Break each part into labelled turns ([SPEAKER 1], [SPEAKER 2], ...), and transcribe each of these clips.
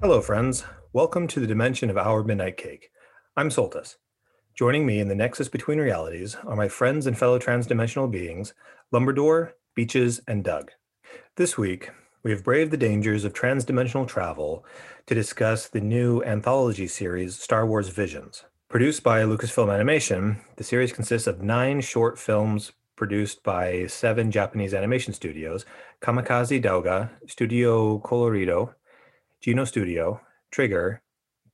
[SPEAKER 1] Hello, friends. Welcome to the dimension of our midnight cake. I'm Soltis. Joining me in the nexus between realities are my friends and fellow transdimensional beings, Lumberdor, Beaches, and Doug. This week, we have braved the dangers of transdimensional travel to discuss the new anthology series Star Wars Visions. Produced by Lucasfilm Animation, the series consists of nine short films produced by seven Japanese animation studios Kamikaze Doga, Studio Colorido, Gino Studio, Trigger,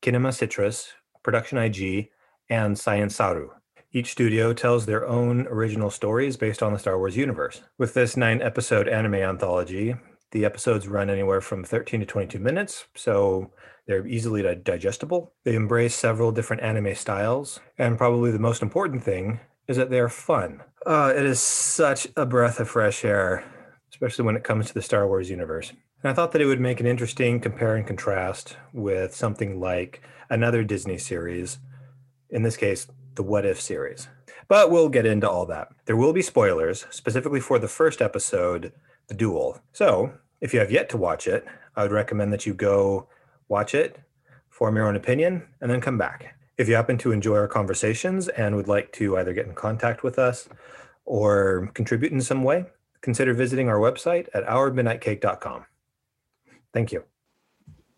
[SPEAKER 1] Kinema Citrus, Production IG, and Science Saru. Each studio tells their own original stories based on the Star Wars universe. With this nine episode anime anthology, the episodes run anywhere from 13 to 22 minutes, so they're easily di- digestible. They embrace several different anime styles, and probably the most important thing is that they are fun. Uh, it is such a breath of fresh air, especially when it comes to the Star Wars universe. And I thought that it would make an interesting compare and contrast with something like another Disney series, in this case, the What If series. But we'll get into all that. There will be spoilers, specifically for the first episode, The Duel. So if you have yet to watch it, I would recommend that you go watch it, form your own opinion, and then come back. If you happen to enjoy our conversations and would like to either get in contact with us or contribute in some way, consider visiting our website at ourmidnightcake.com. Thank you.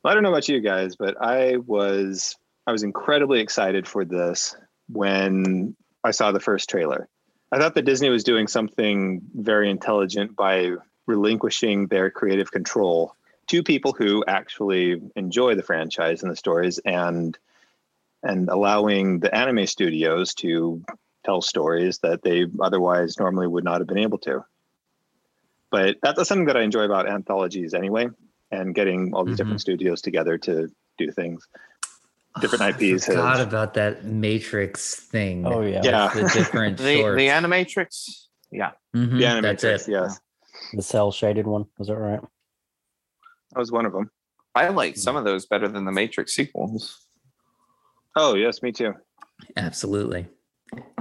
[SPEAKER 2] Well, I don't know about you guys, but I was I was incredibly excited for this when I saw the first trailer. I thought that Disney was doing something very intelligent by relinquishing their creative control to people who actually enjoy the franchise and the stories and and allowing the anime studios to tell stories that they otherwise normally would not have been able to. But that's something that I enjoy about anthologies anyway and getting
[SPEAKER 3] Mm-hmm.
[SPEAKER 2] all these different studios together to do things. Different IPs
[SPEAKER 3] I forgot
[SPEAKER 2] has-
[SPEAKER 3] about that Matrix thing.
[SPEAKER 4] Oh yeah.
[SPEAKER 2] Yeah.
[SPEAKER 3] the different
[SPEAKER 5] The,
[SPEAKER 3] shorts.
[SPEAKER 5] the Animatrix.
[SPEAKER 3] Mhm,
[SPEAKER 2] The
[SPEAKER 3] That's
[SPEAKER 2] Animatrix,
[SPEAKER 3] it.
[SPEAKER 2] yes.
[SPEAKER 4] The cell shaded one. Was that right?
[SPEAKER 2] That was one of them.
[SPEAKER 5] I like some of those better than the Matrix sequels.
[SPEAKER 2] Oh, yes, me too.
[SPEAKER 3] Absolutely.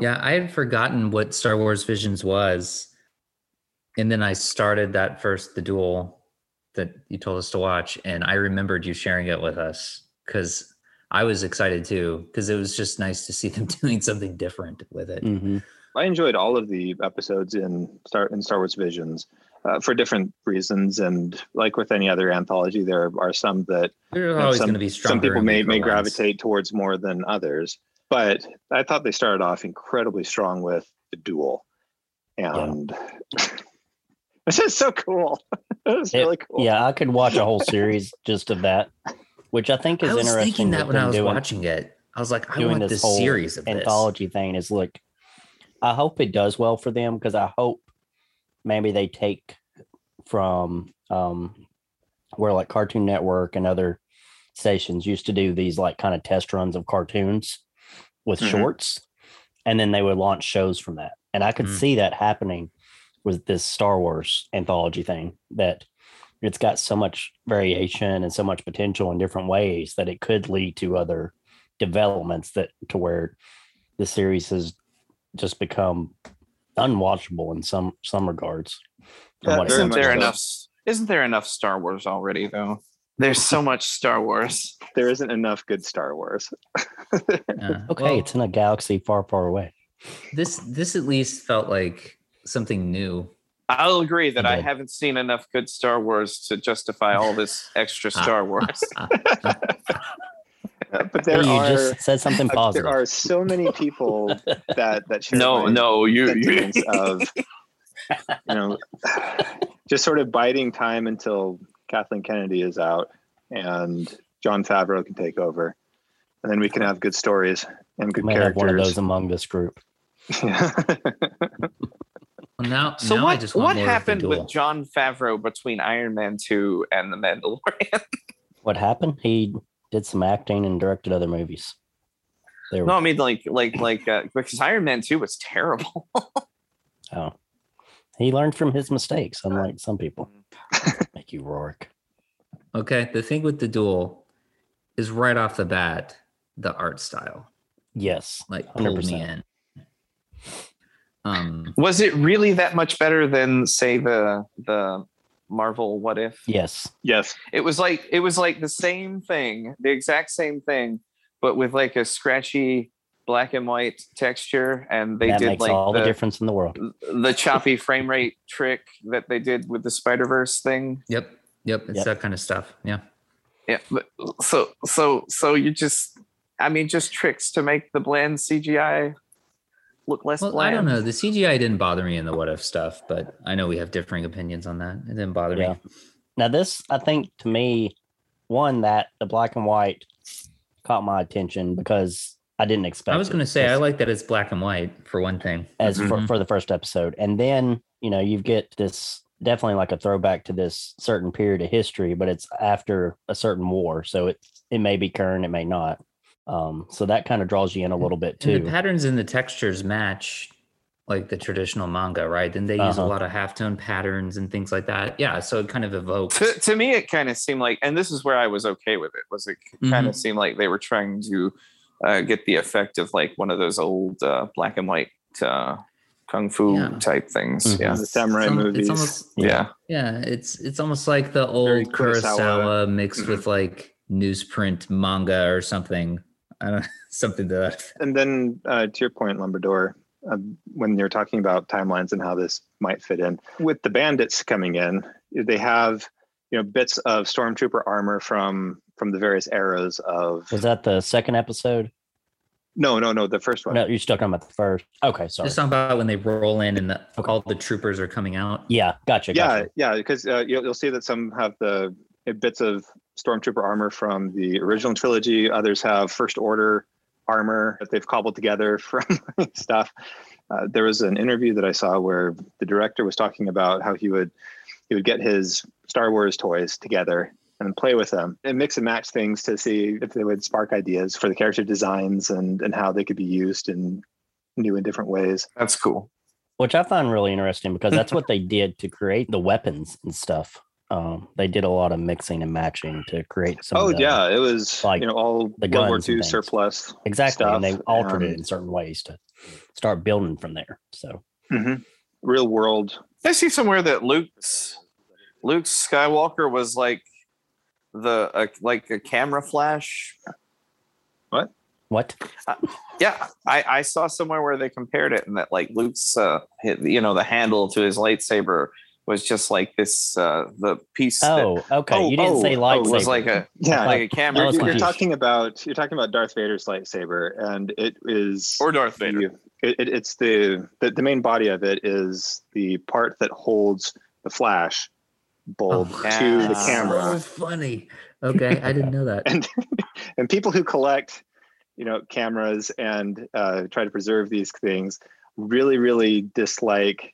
[SPEAKER 3] Yeah, I had forgotten what Star Wars Visions was, and then I started that first the duel that you told us to watch, and I remembered you sharing it with us because I was excited too because it was just nice to see them doing something different with it.
[SPEAKER 4] Mm-hmm.
[SPEAKER 2] I enjoyed all of the episodes in Star in Star Wars Visions uh, for different reasons, and like with any other anthology, there are some that
[SPEAKER 3] There
[SPEAKER 2] you
[SPEAKER 3] are
[SPEAKER 2] know,
[SPEAKER 3] always
[SPEAKER 2] some,
[SPEAKER 3] going to be stronger.
[SPEAKER 2] some people
[SPEAKER 3] and
[SPEAKER 2] may
[SPEAKER 3] weaker
[SPEAKER 2] may
[SPEAKER 3] ones.
[SPEAKER 2] gravitate towards more than others. But I thought they started off incredibly strong with the duel, and this is so cool. It's
[SPEAKER 4] It-
[SPEAKER 2] really cool.
[SPEAKER 4] Yeah, I could watch a whole series just of that, which I think is
[SPEAKER 3] I was
[SPEAKER 4] interesting.
[SPEAKER 3] thinking that
[SPEAKER 4] with
[SPEAKER 3] when I
[SPEAKER 4] them
[SPEAKER 3] was
[SPEAKER 4] doing-
[SPEAKER 3] watching it, I was like, I
[SPEAKER 4] doing
[SPEAKER 3] want
[SPEAKER 4] this
[SPEAKER 3] this,
[SPEAKER 4] whole
[SPEAKER 3] series of this.
[SPEAKER 4] anthology thing is look, I hope it does well for them because I hope maybe they take from um where like Cartoon Network and other stations used to do these like kind of test runs of cartoons with
[SPEAKER 2] Mhm.
[SPEAKER 4] shorts and then they would launch shows from that. And I could
[SPEAKER 3] Mm.
[SPEAKER 4] see that happening with this Star Wars anthology thing that it's got so much variation and so much potential in different ways that it could lead to other developments that to where the series has just become unwatchable in some some regards. from
[SPEAKER 2] Yeah,
[SPEAKER 4] what it
[SPEAKER 2] very
[SPEAKER 5] Isn't
[SPEAKER 2] much
[SPEAKER 4] sounds
[SPEAKER 5] there
[SPEAKER 4] like.
[SPEAKER 2] so.
[SPEAKER 5] enough? Isn't there enough Star Wars already though? There's so much Star Wars.
[SPEAKER 2] There isn't enough good Star Wars.
[SPEAKER 3] Yeah.
[SPEAKER 4] Okay,
[SPEAKER 3] Well,
[SPEAKER 4] it's in a galaxy far, far away.
[SPEAKER 3] this this at least felt like something new.
[SPEAKER 5] I'll agree that I
[SPEAKER 4] Yeah.
[SPEAKER 5] haven't seen enough good Star Wars to justify all this extra
[SPEAKER 3] Ah.
[SPEAKER 5] Star Wars.
[SPEAKER 2] But there
[SPEAKER 4] you
[SPEAKER 2] are
[SPEAKER 4] just said something
[SPEAKER 2] Uh,
[SPEAKER 4] positive.
[SPEAKER 2] there are so many people that that share
[SPEAKER 5] no,
[SPEAKER 2] my
[SPEAKER 5] no, you. you
[SPEAKER 2] sentiments of you know just sort of biding time until Kathleen Kennedy is out and John Favreau can take over, and then we can have good stories and
[SPEAKER 4] We
[SPEAKER 2] good
[SPEAKER 4] may have one of those
[SPEAKER 2] characters.
[SPEAKER 4] among this group.
[SPEAKER 3] Well, now,
[SPEAKER 5] so
[SPEAKER 3] now I
[SPEAKER 5] what?
[SPEAKER 3] just want
[SPEAKER 5] What
[SPEAKER 3] more of the
[SPEAKER 5] happened
[SPEAKER 3] duel.
[SPEAKER 5] with John Favreau between Iron Man two and The Mandalorian?
[SPEAKER 4] What happened? He did some acting and directed other movies. There
[SPEAKER 5] no, I mean like like like uh, because Iron Man two was terrible.
[SPEAKER 4] Oh. He learned from his mistakes, unlike some people. Like you, Rourke.
[SPEAKER 3] Okay, the thing with the duel is right off the bat, the art style
[SPEAKER 4] Yes.
[SPEAKER 3] like pulled me
[SPEAKER 4] 100%.
[SPEAKER 3] in. Um,
[SPEAKER 5] Was it really that much better than say the the Marvel What If?
[SPEAKER 4] Yes.
[SPEAKER 2] Yes.
[SPEAKER 5] It was like it was like the same thing, the exact same thing, but with like a scratchy black and white texture, and they
[SPEAKER 4] that
[SPEAKER 5] did
[SPEAKER 4] makes
[SPEAKER 5] like
[SPEAKER 4] all the,
[SPEAKER 5] the,
[SPEAKER 4] difference in the world.
[SPEAKER 5] the choppy frame rate trick that they did with the Spider Verse thing.
[SPEAKER 3] yep, yep, it's
[SPEAKER 4] Yep.
[SPEAKER 3] that kind of stuff. Yeah,
[SPEAKER 5] Yeah, but- so so so you just, I mean, just tricks to make the bland CGI look less
[SPEAKER 3] well, I
[SPEAKER 5] bland.
[SPEAKER 3] don't know. The CGI didn't bother me in the what if stuff, but I know we have differing opinions on that. It didn't bother
[SPEAKER 4] Yeah.
[SPEAKER 3] me.
[SPEAKER 4] Now, this, I think to me, one that the black and white caught my attention because I didn't expect.
[SPEAKER 3] I was
[SPEAKER 4] it.
[SPEAKER 3] going to say I
[SPEAKER 4] Just-
[SPEAKER 3] like that it's black and white for one thing.
[SPEAKER 4] as
[SPEAKER 3] Mhm.
[SPEAKER 4] for,
[SPEAKER 5] Mm-hmm.
[SPEAKER 4] for the first episode. And then, you know, you get this definitely like a throwback to this certain period of history, but it's after a certain war. So it it may be current, it may not. Um, so that kind of draws you in a little
[SPEAKER 3] And
[SPEAKER 4] bit too.
[SPEAKER 3] the patterns and the textures match like the traditional manga, right? Then they use a
[SPEAKER 4] Uh-huh.
[SPEAKER 3] lot of halftone patterns and things like that. Yeah, so it kind of evokes.
[SPEAKER 5] to, to me it kind of seemed like and this is where i was okay with it was it kind of seemed like they were trying to uh, get the effect of like one of those old uh, black and white uh, kung fu
[SPEAKER 3] Yeah.
[SPEAKER 5] type things
[SPEAKER 4] Mhm.
[SPEAKER 5] yeah
[SPEAKER 2] The samurai
[SPEAKER 3] it's al-
[SPEAKER 2] movies.
[SPEAKER 3] It's almost
[SPEAKER 5] yeah
[SPEAKER 3] yeah, it's it's almost like the
[SPEAKER 2] Very
[SPEAKER 3] old Kurosawa,
[SPEAKER 2] Kurosawa. Mm-hmm.
[SPEAKER 3] mixed with like newsprint manga or something. I don't something to that. effect.
[SPEAKER 2] And then uh, to your point, Lumberdor, um, when you're talking about timelines and how this might fit in with the bandits coming in, they have you know bits of stormtrooper armor from from the various eras of
[SPEAKER 4] Was that the second episode?
[SPEAKER 2] no no no the first one
[SPEAKER 4] No, you're still talking about the first. Okay, sorry.
[SPEAKER 3] Just talking about when they roll in and the,
[SPEAKER 4] Okay.
[SPEAKER 3] all the troopers are coming out.
[SPEAKER 4] yeah, gotcha.
[SPEAKER 2] yeah
[SPEAKER 4] gotcha.
[SPEAKER 2] yeah because uh, you'll, you'll see that some have the uh, bits of stormtrooper armor from the original trilogy others have first order armor that they've cobbled together from stuff uh, there was an interview that i saw where the director was talking about how he would he would get his star wars toys together and play with them and mix and match things to see if they would spark ideas for the character designs and and how they could be used in new and different ways
[SPEAKER 5] that's cool
[SPEAKER 4] Which I find really interesting because that's what they did to create the weapons and stuff. Um, they did a lot of mixing and matching to create some. of
[SPEAKER 2] oh
[SPEAKER 4] the-
[SPEAKER 2] yeah it was
[SPEAKER 4] like,
[SPEAKER 2] you know all
[SPEAKER 4] the
[SPEAKER 2] world war
[SPEAKER 4] guns and
[SPEAKER 2] ii
[SPEAKER 4] things.
[SPEAKER 2] surplus
[SPEAKER 4] exactly. and they
[SPEAKER 2] stuff,
[SPEAKER 4] altered
[SPEAKER 2] um,
[SPEAKER 4] it in certain ways to start building from there. So
[SPEAKER 2] hmm Real world.
[SPEAKER 5] i see somewhere that luke's luke skywalker was like the uh, like a camera flash
[SPEAKER 4] what?
[SPEAKER 5] yeah i i saw somewhere where they compared it and that like luke's uh hit, you know the handle to his lightsaber was just like this uh the piece that
[SPEAKER 4] Oh, okay.
[SPEAKER 2] Oh,
[SPEAKER 4] you didn't
[SPEAKER 2] oh,
[SPEAKER 4] say
[SPEAKER 2] oh,
[SPEAKER 4] lightsaber.
[SPEAKER 5] It was like a
[SPEAKER 2] Yeah,
[SPEAKER 5] like a
[SPEAKER 4] I
[SPEAKER 5] camera
[SPEAKER 2] you're,
[SPEAKER 4] was
[SPEAKER 2] you're
[SPEAKER 4] confused.
[SPEAKER 2] talking about you're talking about Darth Vader's lightsaber, and it is
[SPEAKER 5] or Darth Vader.
[SPEAKER 2] the, it, it- it's the, the the main body of it is the part that holds the flash bulb
[SPEAKER 3] Oh,
[SPEAKER 2] to the
[SPEAKER 5] that's
[SPEAKER 2] camera,
[SPEAKER 3] So Oh, funny. Okay, I didn't know that.
[SPEAKER 2] and and people who collect you know cameras and uh, try to preserve these things really really dislike.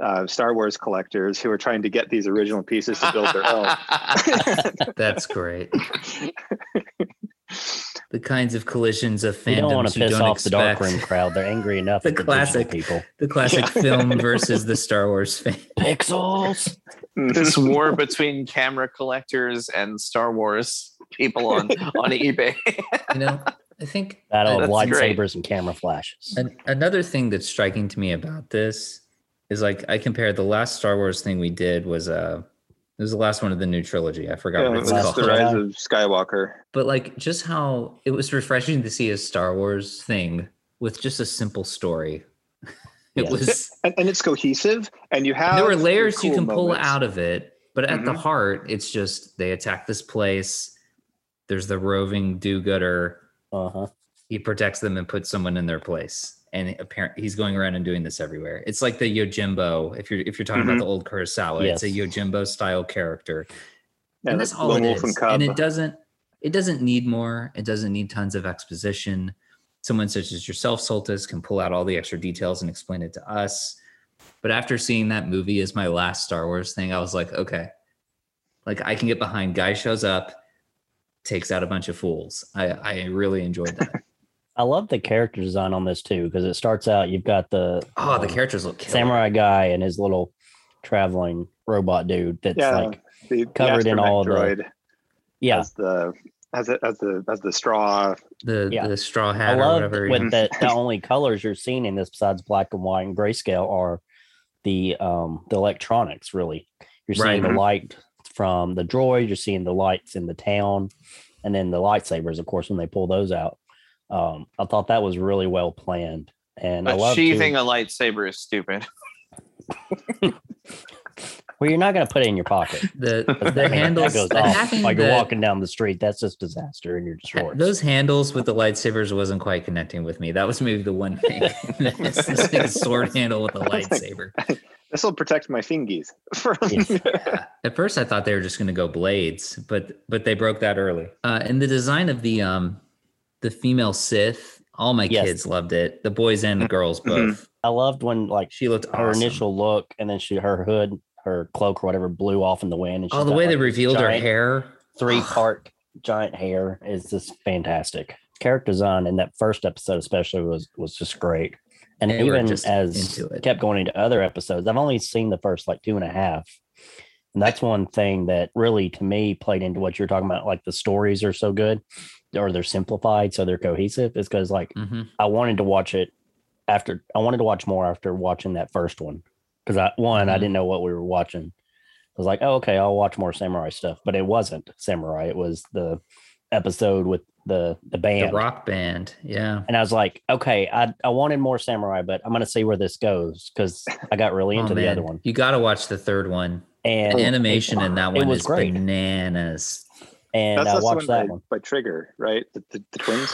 [SPEAKER 2] Uh, Star Wars collectors who are trying to get these original pieces to build their own.
[SPEAKER 3] That's great. The kinds of collisions of fandoms
[SPEAKER 4] You don't want to piss off
[SPEAKER 3] expect.
[SPEAKER 4] the darkroom crowd. They're angry enough.
[SPEAKER 3] The
[SPEAKER 4] at digital
[SPEAKER 3] classic.
[SPEAKER 4] people.
[SPEAKER 3] The classic
[SPEAKER 2] Yeah.
[SPEAKER 3] film versus the Star Wars fan.
[SPEAKER 4] Pixels.
[SPEAKER 5] this war between camera collectors and Star Wars people on on eBay.
[SPEAKER 3] You know, I think
[SPEAKER 4] Battle of
[SPEAKER 5] That's
[SPEAKER 4] lightsabers
[SPEAKER 5] great.
[SPEAKER 4] and camera flashes.
[SPEAKER 3] An- another thing that's striking to me about this is like I compared the last Star Wars thing we did was uh it was the last one of the new trilogy. I forgot
[SPEAKER 2] Yeah,
[SPEAKER 3] what
[SPEAKER 2] it's
[SPEAKER 3] it's
[SPEAKER 4] was
[SPEAKER 3] called.
[SPEAKER 2] the rise of Skywalker.
[SPEAKER 3] But like just how it was refreshing to see a Star Wars thing with just a simple story. It
[SPEAKER 4] Yes.
[SPEAKER 3] was
[SPEAKER 2] and, and it's cohesive and you have
[SPEAKER 3] there were layers you
[SPEAKER 2] cool
[SPEAKER 3] can pull
[SPEAKER 2] moments.
[SPEAKER 3] out of it, but at the
[SPEAKER 2] Mhm.
[SPEAKER 3] heart, it's just they attack this place. There's the roving do-gooder.
[SPEAKER 4] Uh huh.
[SPEAKER 3] he protects them and puts someone in their place. And apparently, he's going around and doing this everywhere. It's like the Yojimbo. If you're if you're talking about
[SPEAKER 2] Mhm.
[SPEAKER 3] the old Kurosawa, it's a
[SPEAKER 4] Yes.
[SPEAKER 3] Yojimbo style character,
[SPEAKER 2] Yeah,
[SPEAKER 3] and that's
[SPEAKER 2] like
[SPEAKER 3] all
[SPEAKER 2] Lone
[SPEAKER 3] it
[SPEAKER 2] Wolf
[SPEAKER 3] is.
[SPEAKER 2] and Cub.
[SPEAKER 3] And, it doesn't it doesn't need more. It doesn't need tons of exposition. Someone such as yourself, Soltis, can pull out all the extra details and explain it to us. But after seeing that movie as my last Star Wars thing, I was like, okay, like I can get behind. Guy shows up, takes out a bunch of fools. I I really enjoyed that.
[SPEAKER 4] I love the character design on this too because it starts out. You've got the
[SPEAKER 3] Oh, the
[SPEAKER 4] um,
[SPEAKER 3] characters look killer.
[SPEAKER 4] samurai guy and his little traveling robot dude. That's
[SPEAKER 2] Yeah.
[SPEAKER 4] like
[SPEAKER 2] The- the
[SPEAKER 4] covered in
[SPEAKER 2] astromech
[SPEAKER 4] all the-
[SPEAKER 2] droid
[SPEAKER 4] yeah,
[SPEAKER 2] as the as a, as the as the straw.
[SPEAKER 3] the
[SPEAKER 4] Yeah.
[SPEAKER 3] the straw
[SPEAKER 4] I
[SPEAKER 3] hat or
[SPEAKER 4] love
[SPEAKER 3] whatever.
[SPEAKER 4] with the, the only colors you're seeing in this besides black and white and grayscale are the um the electronics really. You're seeing
[SPEAKER 3] Right. Mm-hmm.
[SPEAKER 4] the light from the droid, you're seeing the lights in the town, and then the lightsabers, of course, when they pull those out. Um, I thought that was really well planned. And I love too-
[SPEAKER 5] Achieving a lightsaber is stupid.
[SPEAKER 4] well, you're not gonna put it in your pocket.
[SPEAKER 3] the
[SPEAKER 4] I mean,
[SPEAKER 3] the
[SPEAKER 4] that
[SPEAKER 3] handles
[SPEAKER 4] goes
[SPEAKER 3] the
[SPEAKER 4] off
[SPEAKER 3] having
[SPEAKER 4] like you're
[SPEAKER 3] the-
[SPEAKER 4] walking down the street. That's just disaster in your shorts.
[SPEAKER 3] Those handles with the lightsabers wasn't quite connecting with me. That was maybe the one thing. It's this big sword handle with a lightsaber.
[SPEAKER 2] This will protect my fingies from.
[SPEAKER 4] Yes.
[SPEAKER 3] Yeah. At first, I thought they were just going to go blades, but but they broke that early. Uh, and the design of the um the female Sith, all my
[SPEAKER 4] Yes.
[SPEAKER 3] kids loved it. The boys and the girls both.
[SPEAKER 4] I loved when like
[SPEAKER 3] She looked
[SPEAKER 4] her
[SPEAKER 3] awesome.
[SPEAKER 4] initial look and then she her hood her cloak or whatever blew off in the wind and she's
[SPEAKER 3] Oh, the
[SPEAKER 4] got,
[SPEAKER 3] way
[SPEAKER 4] like,
[SPEAKER 3] they
[SPEAKER 4] this
[SPEAKER 3] revealed her
[SPEAKER 4] giant
[SPEAKER 3] hair.
[SPEAKER 4] three part giant hair is just fantastic character design in that first episode especially was was just great and
[SPEAKER 3] They were
[SPEAKER 4] even
[SPEAKER 3] just
[SPEAKER 4] as
[SPEAKER 3] into it.
[SPEAKER 4] kept going into other episodes i've only seen the first like two and a half and that's one thing that really to me played into what you're talking about like the stories are so good or they're simplified so they're cohesive is because like
[SPEAKER 3] hmm
[SPEAKER 4] I wanted to watch it after I wanted to watch more after watching that first one because I one I
[SPEAKER 3] Mhm.
[SPEAKER 4] didn't know what we were watching. I was like, oh okay, I'll watch more samurai stuff, but it wasn't samurai. It was the episode with the the
[SPEAKER 3] The
[SPEAKER 4] band,
[SPEAKER 3] rock band. Yeah.
[SPEAKER 4] and I was like, okay, I I wanted more samurai, but I'm gonna see where this goes because I got really
[SPEAKER 3] Oh,
[SPEAKER 4] into the
[SPEAKER 3] man.
[SPEAKER 4] other one
[SPEAKER 3] You got to watch the third one.
[SPEAKER 4] and
[SPEAKER 3] The animation in that
[SPEAKER 4] it
[SPEAKER 3] one
[SPEAKER 4] was
[SPEAKER 3] is
[SPEAKER 4] great.
[SPEAKER 3] bananas.
[SPEAKER 4] and
[SPEAKER 2] that's
[SPEAKER 4] I
[SPEAKER 2] that's the
[SPEAKER 4] watched
[SPEAKER 2] one by,
[SPEAKER 4] that one.
[SPEAKER 2] by Trigger, right? The, the, the twins.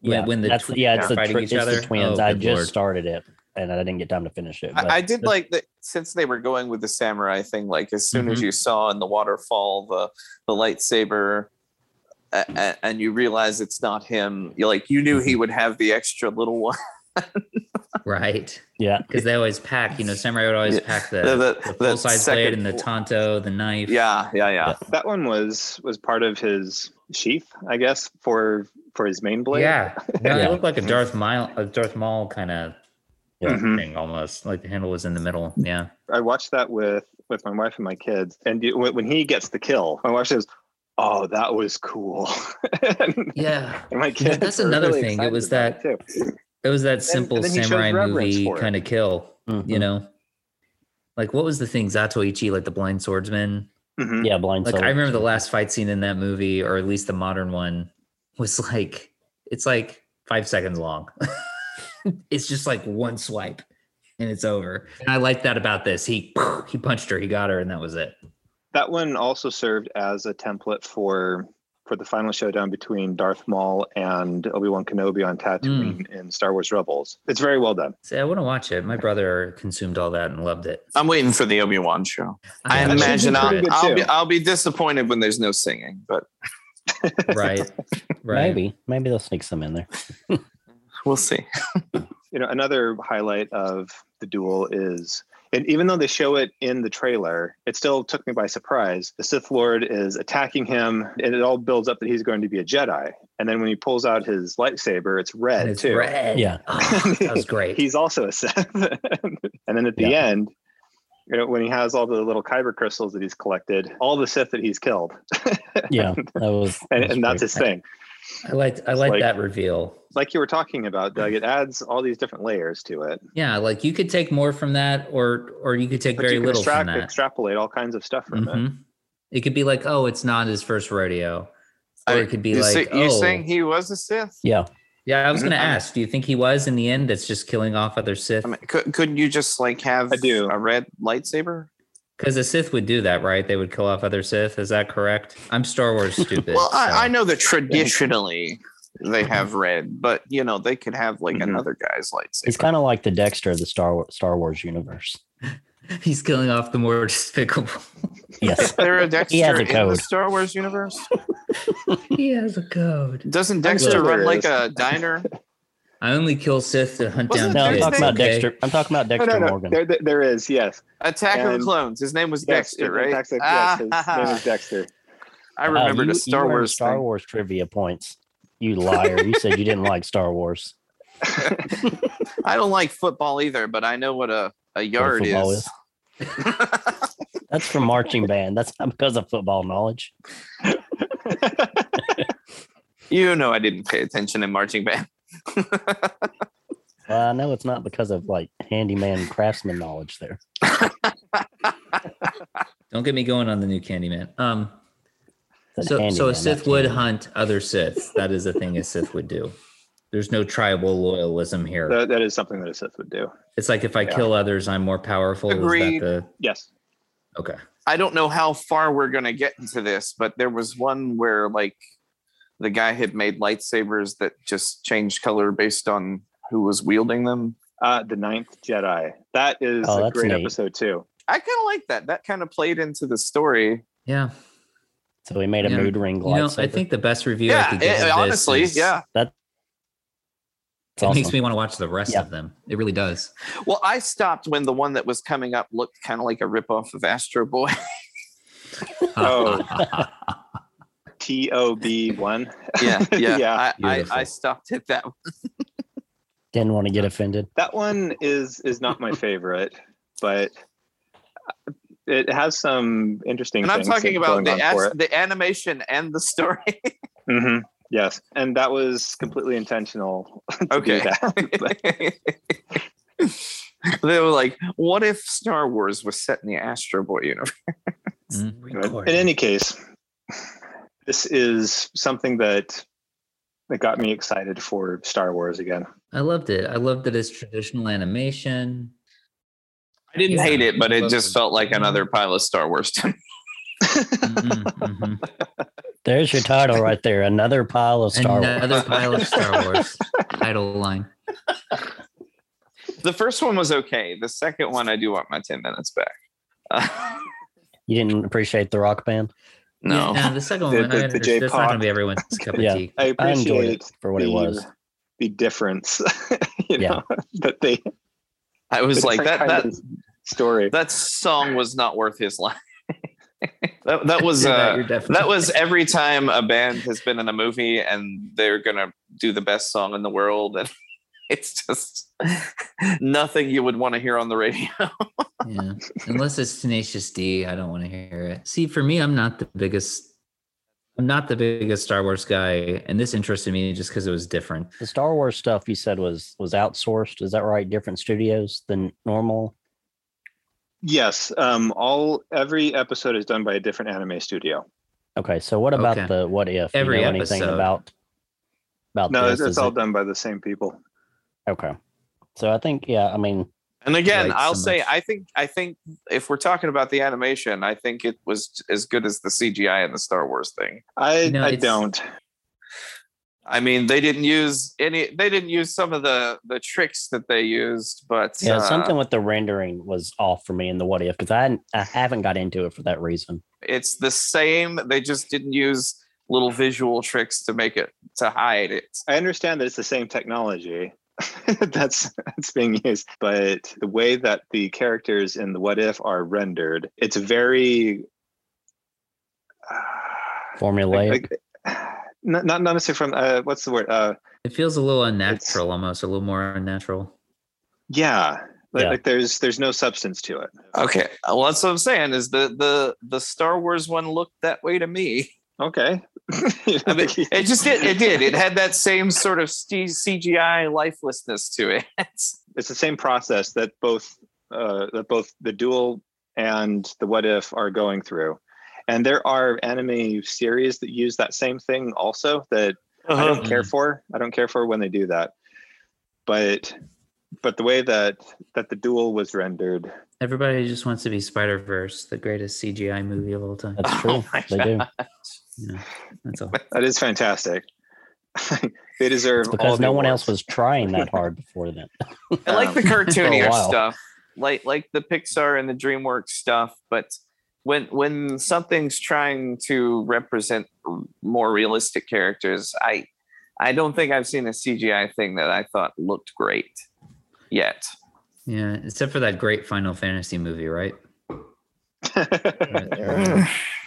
[SPEAKER 3] When-
[SPEAKER 4] Yeah,
[SPEAKER 3] when the
[SPEAKER 4] that's,
[SPEAKER 3] twins
[SPEAKER 4] yeah,
[SPEAKER 5] are
[SPEAKER 4] it's, the,
[SPEAKER 3] fighting
[SPEAKER 4] twi-
[SPEAKER 3] each
[SPEAKER 4] it's the
[SPEAKER 3] other?
[SPEAKER 4] twins.
[SPEAKER 3] Oh,
[SPEAKER 4] I
[SPEAKER 3] good
[SPEAKER 4] just
[SPEAKER 3] lord.
[SPEAKER 4] started it and I didn't get time to finish it. but-
[SPEAKER 5] I, I did like that since they were going with the samurai thing. Like as soon as
[SPEAKER 3] Mhm.
[SPEAKER 5] you saw in the waterfall the the lightsaber, a, a- and you realize it's not him. You like you knew he would have the extra little one,
[SPEAKER 3] Right.
[SPEAKER 4] yeah,
[SPEAKER 3] Because they always pack, you know, samurai would always
[SPEAKER 5] Yeah.
[SPEAKER 3] pack
[SPEAKER 5] The-
[SPEAKER 3] the,
[SPEAKER 5] the-
[SPEAKER 3] the
[SPEAKER 5] the
[SPEAKER 3] full size blade
[SPEAKER 5] second
[SPEAKER 3] and the
[SPEAKER 5] full-
[SPEAKER 3] tanto, the knife.
[SPEAKER 5] Yeah, yeah, yeah.
[SPEAKER 2] That one was was part of his sheath, I guess, for for his main blade.
[SPEAKER 3] Yeah. No,
[SPEAKER 4] Yeah.
[SPEAKER 3] It looked like a Darth Maul, a Darth Maul kind of
[SPEAKER 4] Yeah.
[SPEAKER 2] Mhm.
[SPEAKER 3] thing almost. Like the handle was in the middle. Yeah.
[SPEAKER 2] I watched that with with my wife and my kids, and you- when when he gets the kill, my wife says, "Oh, that was cool." and
[SPEAKER 3] Yeah.
[SPEAKER 2] my kids.
[SPEAKER 3] that's
[SPEAKER 2] were
[SPEAKER 3] another
[SPEAKER 2] really
[SPEAKER 3] thing. It
[SPEAKER 2] excited
[SPEAKER 3] was
[SPEAKER 2] about it, too.
[SPEAKER 3] It was that
[SPEAKER 2] then-
[SPEAKER 3] simple
[SPEAKER 2] and then he shows
[SPEAKER 3] samurai
[SPEAKER 2] reverence
[SPEAKER 3] movie
[SPEAKER 2] for it.
[SPEAKER 3] kind of kill, you
[SPEAKER 4] Mhm.
[SPEAKER 3] know? Like what was the thing? Zatoichi, like the blind swordsman.
[SPEAKER 2] Mhm.
[SPEAKER 4] yeah, blind.
[SPEAKER 3] Like
[SPEAKER 4] Soul.
[SPEAKER 3] I remember the last fight scene in that movie, or at least the modern one, was like it's like five seconds long. it's just like one swipe and it's over. And I like that about this. He he punched her, he got her, and that was it.
[SPEAKER 2] That one also served as a template for for the final showdown between Darth Maul and Obi Wan Kenobi on Tatooine
[SPEAKER 3] Mm.
[SPEAKER 2] in Star Wars Rebels. It's very well done.
[SPEAKER 3] See, I want to watch it. My brother consumed all that and loved it.
[SPEAKER 2] Um,
[SPEAKER 5] I'm waiting for the Obi Wan show. I
[SPEAKER 2] that should
[SPEAKER 5] imagine
[SPEAKER 2] be
[SPEAKER 5] I'll,
[SPEAKER 2] pretty good
[SPEAKER 5] I'll be
[SPEAKER 2] too.
[SPEAKER 5] I'll be disappointed when there's no singing, but
[SPEAKER 3] right, right.
[SPEAKER 4] Maybe, maybe they'll sneak some in there.
[SPEAKER 5] we'll see.
[SPEAKER 2] you know another highlight of the duel is and even though they show it in the trailer it still took me by surprise the sith lord is attacking him and it all builds up that he's going to be a jedi and then when he pulls out his lightsaber it's red
[SPEAKER 3] And it's
[SPEAKER 2] too
[SPEAKER 3] red.
[SPEAKER 4] Yeah.
[SPEAKER 3] Oh, that was great.
[SPEAKER 2] he's also a sith and then at the
[SPEAKER 4] Yeah.
[SPEAKER 2] end you know, when he has all the little kyber crystals that he's collected all the sith that he's killed
[SPEAKER 4] Yeah, that was,
[SPEAKER 2] and,
[SPEAKER 4] that was
[SPEAKER 2] and that's
[SPEAKER 4] great.
[SPEAKER 2] his thing
[SPEAKER 3] I liked I liked
[SPEAKER 2] like-
[SPEAKER 3] that reveal.
[SPEAKER 2] like you were talking about doug it adds all these different layers to it
[SPEAKER 3] Yeah, like you could take more from that, or or you could take
[SPEAKER 2] but
[SPEAKER 3] very
[SPEAKER 2] you can
[SPEAKER 3] little
[SPEAKER 2] extract,
[SPEAKER 3] from that.
[SPEAKER 2] extrapolate all kinds of stuff from
[SPEAKER 4] Mm-hmm.
[SPEAKER 2] it
[SPEAKER 3] Mhm. It could be like, oh, it's not his first rodeo, or
[SPEAKER 5] I-
[SPEAKER 3] it could be
[SPEAKER 5] you
[SPEAKER 3] like,
[SPEAKER 5] say,
[SPEAKER 3] oh,
[SPEAKER 5] you saying he Mm-hmm. was a Sith?
[SPEAKER 4] yeah.
[SPEAKER 3] yeah. I was going to
[SPEAKER 2] Mhm.
[SPEAKER 3] ask, do you think he was in the end? That's just killing off other Sith
[SPEAKER 5] I mean, could, couldn't you just like have
[SPEAKER 2] I do.
[SPEAKER 5] a red lightsaber?
[SPEAKER 3] because a Sith would do that, right? They would kill off other Sith. Is that correct? I'm Star Wars stupid.
[SPEAKER 5] Well,
[SPEAKER 3] so-
[SPEAKER 5] I, I know that traditionally they have red, but you know they could have like
[SPEAKER 2] Mhm.
[SPEAKER 5] another guy's lightsaber.
[SPEAKER 4] Mm-hmm. He's kind of like the Dexter of the Star Wars, Star Wars universe.
[SPEAKER 3] he's killing off the more despicable.
[SPEAKER 4] Yes,
[SPEAKER 5] Is there a Dexter
[SPEAKER 4] has a
[SPEAKER 5] in the
[SPEAKER 4] code.
[SPEAKER 5] Star Wars universe?
[SPEAKER 3] he has a code.
[SPEAKER 5] Doesn't
[SPEAKER 2] I'm
[SPEAKER 5] Dexter
[SPEAKER 2] sure
[SPEAKER 5] run
[SPEAKER 2] there
[SPEAKER 5] like
[SPEAKER 2] is.
[SPEAKER 5] a diner?
[SPEAKER 3] I only kill Sith to hunt
[SPEAKER 5] Wasn't
[SPEAKER 3] down.
[SPEAKER 4] no,
[SPEAKER 3] kids,
[SPEAKER 4] I'm
[SPEAKER 5] Dexter-
[SPEAKER 4] talking about
[SPEAKER 3] okay?
[SPEAKER 4] Dexter. I'm talking about Dexter
[SPEAKER 2] no, no, no.
[SPEAKER 4] Morgan.
[SPEAKER 2] There, there- there is, yes.
[SPEAKER 5] Attack of
[SPEAKER 2] And-
[SPEAKER 5] the Clones. His name was
[SPEAKER 2] Yes,
[SPEAKER 5] Dexter,
[SPEAKER 2] it-
[SPEAKER 5] right?
[SPEAKER 2] Dexter, yes, his
[SPEAKER 5] Ah,
[SPEAKER 2] name is Dexter.
[SPEAKER 5] I
[SPEAKER 4] Uh,
[SPEAKER 5] remembered
[SPEAKER 4] you-
[SPEAKER 5] a
[SPEAKER 4] you
[SPEAKER 5] Star
[SPEAKER 4] earned
[SPEAKER 5] Wars.
[SPEAKER 4] Star
[SPEAKER 5] thing.
[SPEAKER 4] Wars trivia points. You liar! you said you didn't like Star Wars.
[SPEAKER 5] I don't like football either, but I know what a, a yard
[SPEAKER 4] football
[SPEAKER 5] is.
[SPEAKER 4] is. That's from marching band. That's not because of football knowledge.
[SPEAKER 5] You know, I didn't pay attention in marching band.
[SPEAKER 4] Well, I know it's not because of like handyman craftsman knowledge there.
[SPEAKER 3] Don't get me going on the new Candyman. Um,
[SPEAKER 4] It's
[SPEAKER 3] so,
[SPEAKER 4] a
[SPEAKER 3] so a
[SPEAKER 4] handyman, not
[SPEAKER 3] Sith would
[SPEAKER 4] handyman.
[SPEAKER 3] hunt other Sith. That is a thing a Sith would do. There's no tribal loyalism here.
[SPEAKER 2] That, that is something that a Sith would do.
[SPEAKER 3] it's like if I
[SPEAKER 2] yeah.
[SPEAKER 3] kill others, I'm more powerful. Is
[SPEAKER 5] Agreed.
[SPEAKER 3] that
[SPEAKER 2] Yes.
[SPEAKER 3] the okay?
[SPEAKER 5] I don't know how far we're gonna get into this, but there was one where like the guy had made lightsabers that just changed color based on who was wielding them.
[SPEAKER 2] Uh, the Ninth Jedi. That is
[SPEAKER 4] Oh,
[SPEAKER 2] a
[SPEAKER 4] that's
[SPEAKER 2] great
[SPEAKER 4] neat.
[SPEAKER 2] episode too.
[SPEAKER 5] I kind of like that. That kind of played into the story.
[SPEAKER 3] Yeah,
[SPEAKER 4] So he made a
[SPEAKER 3] Yeah.
[SPEAKER 4] mood ring
[SPEAKER 3] you know,
[SPEAKER 4] lightsaber.
[SPEAKER 3] I think the best review I
[SPEAKER 5] Yeah,
[SPEAKER 3] could give
[SPEAKER 5] it-
[SPEAKER 3] of this
[SPEAKER 5] honestly,
[SPEAKER 3] is-
[SPEAKER 5] yeah.
[SPEAKER 4] It's
[SPEAKER 3] it
[SPEAKER 4] awesome.
[SPEAKER 3] makes me want to watch the rest
[SPEAKER 4] Yeah.
[SPEAKER 3] of them. It really does.
[SPEAKER 5] Well, I stopped when the one that was coming up looked kind of like a ripoff of Astro Boy.
[SPEAKER 2] Oh. T O B one.
[SPEAKER 5] yeah, yeah.
[SPEAKER 2] Yeah.
[SPEAKER 5] I,
[SPEAKER 3] Beautiful.
[SPEAKER 5] I, I stopped at that. one.
[SPEAKER 4] didn't want to get offended.
[SPEAKER 2] That one is is not my favorite, but it has some interesting.
[SPEAKER 5] And I'm
[SPEAKER 2] things
[SPEAKER 5] talking
[SPEAKER 2] going
[SPEAKER 5] about the
[SPEAKER 2] on for
[SPEAKER 5] as-
[SPEAKER 2] it.
[SPEAKER 5] the animation and the story.
[SPEAKER 2] Mhm. Yes, and that was completely intentional. to do
[SPEAKER 5] Okay.
[SPEAKER 2] that.
[SPEAKER 5] they were like, "What if Star Wars was set in the Astro Boy universe?"
[SPEAKER 3] Mm.
[SPEAKER 2] But in any case, this is something that that got me excited for Star Wars again.
[SPEAKER 3] I loved it. I loved that it's traditional animation.
[SPEAKER 5] I didn't
[SPEAKER 3] Yeah.
[SPEAKER 5] hate it, but it
[SPEAKER 3] Love
[SPEAKER 5] just
[SPEAKER 3] it.
[SPEAKER 5] felt like another pile of Star Wars. to me.
[SPEAKER 3] Mhm, mhm.
[SPEAKER 4] There's your title right there. Another pile of Star
[SPEAKER 3] Another
[SPEAKER 4] Wars.
[SPEAKER 3] pile of Star Wars title line.
[SPEAKER 5] the first one was okay. The second one, I do want my ten minutes back. Uh,
[SPEAKER 4] You didn't appreciate the rock band.
[SPEAKER 5] no,
[SPEAKER 3] Yeah, the second one.
[SPEAKER 2] The-
[SPEAKER 3] I
[SPEAKER 2] the- the
[SPEAKER 3] understand. That's not
[SPEAKER 2] J-pop.
[SPEAKER 3] going to be everyone's cup of
[SPEAKER 4] Yeah.
[SPEAKER 3] tea.
[SPEAKER 2] I
[SPEAKER 4] I
[SPEAKER 2] appreciate
[SPEAKER 4] enjoyed it for what it
[SPEAKER 2] the-
[SPEAKER 4] was.
[SPEAKER 2] the difference, you
[SPEAKER 4] Yeah.
[SPEAKER 2] know, that they
[SPEAKER 5] I was
[SPEAKER 2] the
[SPEAKER 5] like that.
[SPEAKER 2] different
[SPEAKER 5] That
[SPEAKER 2] kind of story.
[SPEAKER 5] that song was not worth his life. that that was
[SPEAKER 3] Yeah,
[SPEAKER 5] uh,
[SPEAKER 3] you're definitely-
[SPEAKER 5] that was every time a band has been in a movie and they're gonna do the best song in the world, and it's just nothing you would want to hear on the radio.
[SPEAKER 3] yeah. Unless it's Tenacious D, I don't want to hear it. See, for me, I'm not the biggest. I'm not the biggest Star Wars guy, and this interested me just because it was different.
[SPEAKER 4] The Star Wars stuff you said was was outsourced. Is that right? Different studios than normal.
[SPEAKER 2] Yes, um, all every episode is done by a different anime studio.
[SPEAKER 4] Okay. So what about
[SPEAKER 3] Okay.
[SPEAKER 4] the what if? Do
[SPEAKER 3] Every
[SPEAKER 4] you know anything
[SPEAKER 3] episode.
[SPEAKER 4] about about
[SPEAKER 2] No,
[SPEAKER 4] this?
[SPEAKER 2] it's,
[SPEAKER 4] Is
[SPEAKER 2] all
[SPEAKER 4] it-
[SPEAKER 2] done by the same people.
[SPEAKER 4] Okay. So I think yeah. I mean,
[SPEAKER 5] And again,
[SPEAKER 3] Right,
[SPEAKER 5] I'll
[SPEAKER 3] so
[SPEAKER 5] say
[SPEAKER 3] much.
[SPEAKER 5] I think I think if we're talking about the animation, I think it was as good as the CGI in the Star Wars thing.
[SPEAKER 2] I
[SPEAKER 3] You know,
[SPEAKER 2] I
[SPEAKER 3] it's-
[SPEAKER 2] don't.
[SPEAKER 5] I mean, they didn't use any. They didn't use some of the the tricks that they used, but
[SPEAKER 4] yeah,
[SPEAKER 5] uh,
[SPEAKER 4] something with the rendering was off for me in the what if because I hadn't- I haven't got into it for that reason.
[SPEAKER 5] it's the same. They just didn't use little visual tricks to make it to hide it.
[SPEAKER 2] I understand that it's the same technology that's that's being used, but the way that the characters in the What If are rendered, it's very.
[SPEAKER 4] Formulaic.
[SPEAKER 2] not, not not necessarily from uh, what's the word? Uh,
[SPEAKER 3] It feels a little unnatural, almost a little more unnatural.
[SPEAKER 2] yeah, like,
[SPEAKER 4] Yeah.
[SPEAKER 2] like there's there's no substance to it.
[SPEAKER 5] Okay, uh, well, that's what I'm saying. Is the the the Star Wars one looked that way to me?
[SPEAKER 2] Okay,
[SPEAKER 5] I mean, it just did. It did. It had that same sort of C- CGI lifelessness to it.
[SPEAKER 2] it's the same process that both uh, that both the duel and the what if are going through and there are anime series that use that same thing also that i don't care for i don't care for when they do that but but the way that that the duel was rendered
[SPEAKER 3] Everybody just wants to be Spider Verse, the greatest CGI movie of all time.
[SPEAKER 4] That's true.
[SPEAKER 5] Oh my
[SPEAKER 4] they do.
[SPEAKER 3] Yeah, that's all.
[SPEAKER 2] that is fantastic they deserve
[SPEAKER 4] It's
[SPEAKER 2] all
[SPEAKER 4] because
[SPEAKER 2] the
[SPEAKER 4] no one else
[SPEAKER 2] awards.
[SPEAKER 4] was trying that hard before then.
[SPEAKER 5] I like the cartoonier
[SPEAKER 4] while.
[SPEAKER 5] stuff, like like the Pixar and the DreamWorks stuff. But when when something's trying to represent more realistic characters, I I don't think I've seen a CGI thing that I thought looked great yet.
[SPEAKER 3] Yeah, except for that great Final Fantasy movie, right?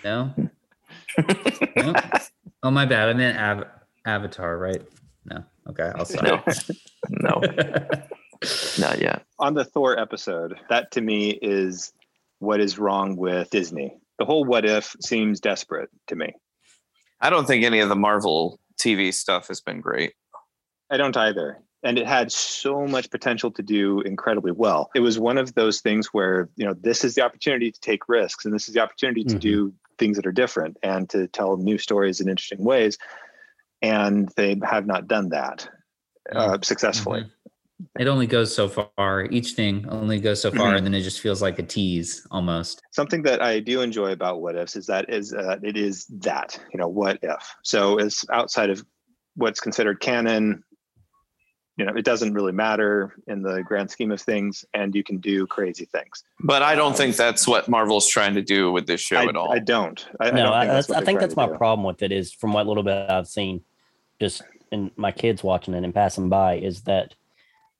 [SPEAKER 3] No. No? Oh my bad. I meant Av- Avatar, right? No. Okay, I'll stop.
[SPEAKER 5] No, no, not yet.
[SPEAKER 2] on the Thor episode, that to me is what is wrong with Disney. The whole what if seems desperate to me.
[SPEAKER 5] I don't think any of the Marvel TV stuff has been great.
[SPEAKER 2] I don't either. And it had so much potential to do incredibly well. It was one of those things where, you know, this is the opportunity to take risks and this is the opportunity to
[SPEAKER 4] Mhm.
[SPEAKER 2] do things that are different and to tell new stories in interesting ways. And they have not done that uh, successfully.
[SPEAKER 3] Mm-hmm. It only goes so far. Each thing only goes so far,
[SPEAKER 2] Mhm.
[SPEAKER 3] and then it just feels like a tease almost.
[SPEAKER 2] Something that I do enjoy about what ifs is that is uh, it is that, you know, what if. So it's outside of what's considered canon. You know, it doesn't really matter in the grand scheme of things, and you can do crazy things.
[SPEAKER 5] But I don't think that's what Marvel's trying to do with this show
[SPEAKER 2] I,
[SPEAKER 5] at all.
[SPEAKER 2] I don't. I, I
[SPEAKER 4] no,
[SPEAKER 2] don't
[SPEAKER 4] I,
[SPEAKER 2] think that's, what
[SPEAKER 4] I
[SPEAKER 2] they
[SPEAKER 4] think
[SPEAKER 2] tried
[SPEAKER 4] that's
[SPEAKER 2] to
[SPEAKER 4] my
[SPEAKER 2] do.
[SPEAKER 4] problem with it is from what little bit I've seen, just and my kids watching it and passing by is that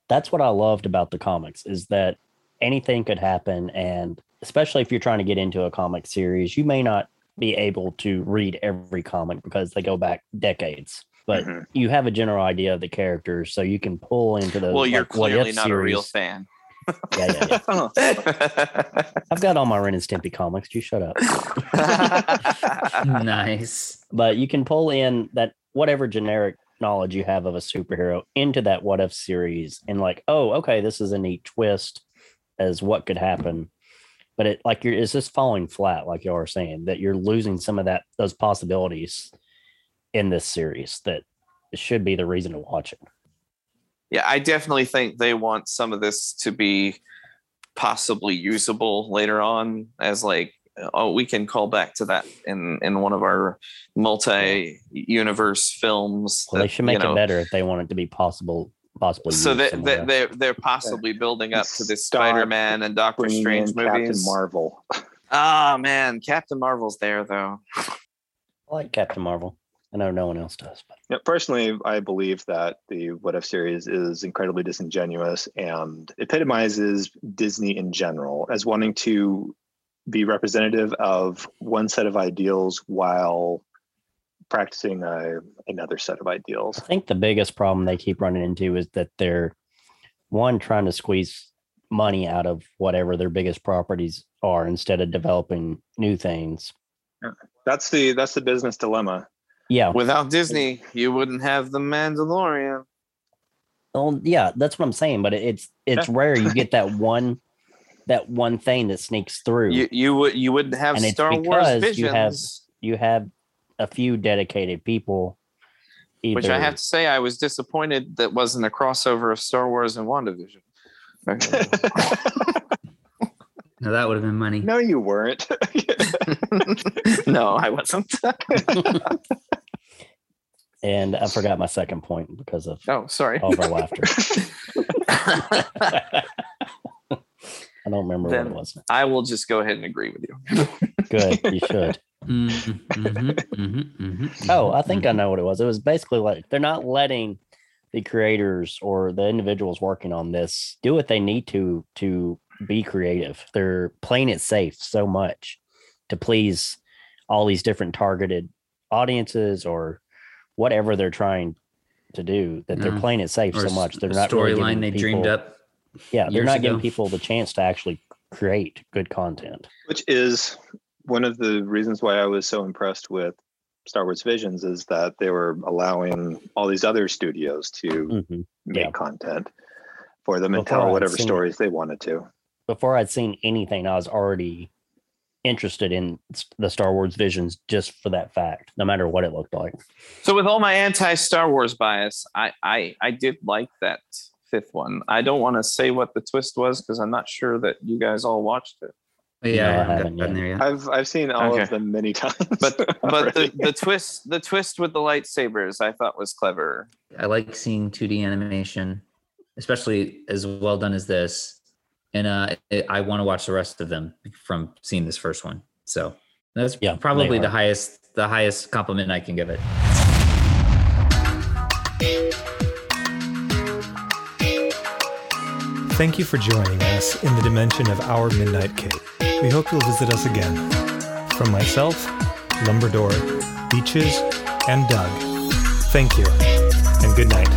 [SPEAKER 4] that's what I loved about the comics is that anything could happen, and especially if you're trying to get into a comic series, you may not be able to read every comic because they go back decades. But
[SPEAKER 2] Mhm.
[SPEAKER 4] you have a general idea of the characters, so you can pull into those.
[SPEAKER 5] well, you're
[SPEAKER 4] like, what if
[SPEAKER 5] clearly not a real
[SPEAKER 4] series.
[SPEAKER 5] fan.
[SPEAKER 4] Yeah, yeah, yeah. I've got all my Ren and Stimpy comics. You shut up.
[SPEAKER 3] nice.
[SPEAKER 4] but you can pull in that whatever generic knowledge you have of a superhero into that what if series and like oh okay this is a neat twist as what could happen but it like you're it's just falling flat like you are saying that you're losing some of that those possibilities in this series that should be the reason to watch it
[SPEAKER 5] yeah, I definitely think they want some of this to be possibly usable later on as like oh we can call back to that in in one of our multi-universe films
[SPEAKER 4] well, they
[SPEAKER 5] that,
[SPEAKER 4] should make
[SPEAKER 5] you know,
[SPEAKER 4] it better if they want it to be possible possibly
[SPEAKER 5] so
[SPEAKER 4] used
[SPEAKER 5] that
[SPEAKER 4] somewhere
[SPEAKER 5] they, they're they're possibly building up to this
[SPEAKER 2] Stop
[SPEAKER 5] spider-man and doctor
[SPEAKER 2] Bringing
[SPEAKER 5] strange
[SPEAKER 2] in Captain
[SPEAKER 5] movies
[SPEAKER 2] Marvel.
[SPEAKER 5] ah man captain marvel's there though
[SPEAKER 4] I like captain marvel i know no one else does but
[SPEAKER 2] Yeah, personally, I believe that the What If series is incredibly disingenuous and epitomizes Disney in general as wanting to be representative of one set of ideals while practicing a, another set of ideals.
[SPEAKER 4] I think the biggest problem they keep running into is that they're one trying to squeeze money out of whatever their biggest properties are instead of developing new things.
[SPEAKER 2] That's the that's the business dilemma.
[SPEAKER 4] Yeah.
[SPEAKER 5] without disney you wouldn't have the mandalorian
[SPEAKER 4] Well, yeah, that's what I'm saying, but it- it's it's rare you get that one that one thing that sneaks through.
[SPEAKER 5] you,
[SPEAKER 4] You,
[SPEAKER 5] you would you wouldn't have
[SPEAKER 4] And it's
[SPEAKER 5] star wars
[SPEAKER 4] because
[SPEAKER 5] visions
[SPEAKER 4] you have have a few dedicated people either
[SPEAKER 5] which I have to say I was disappointed that wasn't a crossover of Star Wars and WandaVision.
[SPEAKER 3] Now that would have been money.
[SPEAKER 2] No, you weren't.
[SPEAKER 5] no, I wasn't.
[SPEAKER 4] and I forgot my second point because of
[SPEAKER 5] oh, sorry.
[SPEAKER 4] all of our laughter. I don't remember what
[SPEAKER 5] Then-
[SPEAKER 4] it was.
[SPEAKER 5] I will just go ahead and agree with you.
[SPEAKER 4] Good, you should.
[SPEAKER 3] Mhm, mhm, mhm, mhm,
[SPEAKER 4] Oh,
[SPEAKER 3] mhm,
[SPEAKER 4] I think I
[SPEAKER 3] mhm.
[SPEAKER 4] know what it was. It was basically like they're not letting the creators or the individuals working on this do what they need to to be creative. They're playing it safe so much to please all these different targeted audiences or whatever they're trying to do that they're
[SPEAKER 3] Yeah.
[SPEAKER 4] playing it safe
[SPEAKER 3] Mm. Or
[SPEAKER 4] so
[SPEAKER 3] s-
[SPEAKER 4] much. They're
[SPEAKER 3] a
[SPEAKER 4] not really
[SPEAKER 3] storyline
[SPEAKER 4] giving
[SPEAKER 3] they
[SPEAKER 4] people-
[SPEAKER 3] dreamed up.
[SPEAKER 4] Yeah, they're
[SPEAKER 3] years
[SPEAKER 4] not giving
[SPEAKER 3] ago.
[SPEAKER 4] people the chance to actually create good content.
[SPEAKER 2] which is one of the reasons why I was so impressed with Star Wars Visions is that they were allowing all these other studios to
[SPEAKER 4] Mhm.
[SPEAKER 2] make
[SPEAKER 4] yeah.
[SPEAKER 2] content for them and
[SPEAKER 4] Before
[SPEAKER 2] tell
[SPEAKER 4] I'd
[SPEAKER 2] whatever
[SPEAKER 4] seen-
[SPEAKER 2] stories they wanted to.
[SPEAKER 4] before I'd seen anything, I was already interested in s- the Star Wars visions just for that fact, no matter what it looked like.
[SPEAKER 5] So with all my anti-Star Wars bias, I I, I did like that fifth one. I don't want to say what the twist was because I'm not sure that you guys all watched it.
[SPEAKER 3] yeah,
[SPEAKER 4] No, I
[SPEAKER 3] I haven't
[SPEAKER 4] haven't
[SPEAKER 3] gotten
[SPEAKER 4] yet.
[SPEAKER 3] there yet.
[SPEAKER 2] I've I've seen all of
[SPEAKER 5] Okay.
[SPEAKER 2] them many times.
[SPEAKER 5] But but the,
[SPEAKER 2] already.
[SPEAKER 5] the twist the twist with the lightsabers I thought was clever.
[SPEAKER 3] I like seeing 2D animation, especially as well done as this. And uh, it, I want to watch the rest of them from seeing this first one. So that's
[SPEAKER 4] Yeah, they
[SPEAKER 3] probably
[SPEAKER 4] are.
[SPEAKER 3] the highest the highest compliment I can give it.
[SPEAKER 1] Thank you for joining us in the dimension of our midnight cake. We hope you'll visit us again. From myself, Lumberdor, Beaches, and Doug, thank you and good night.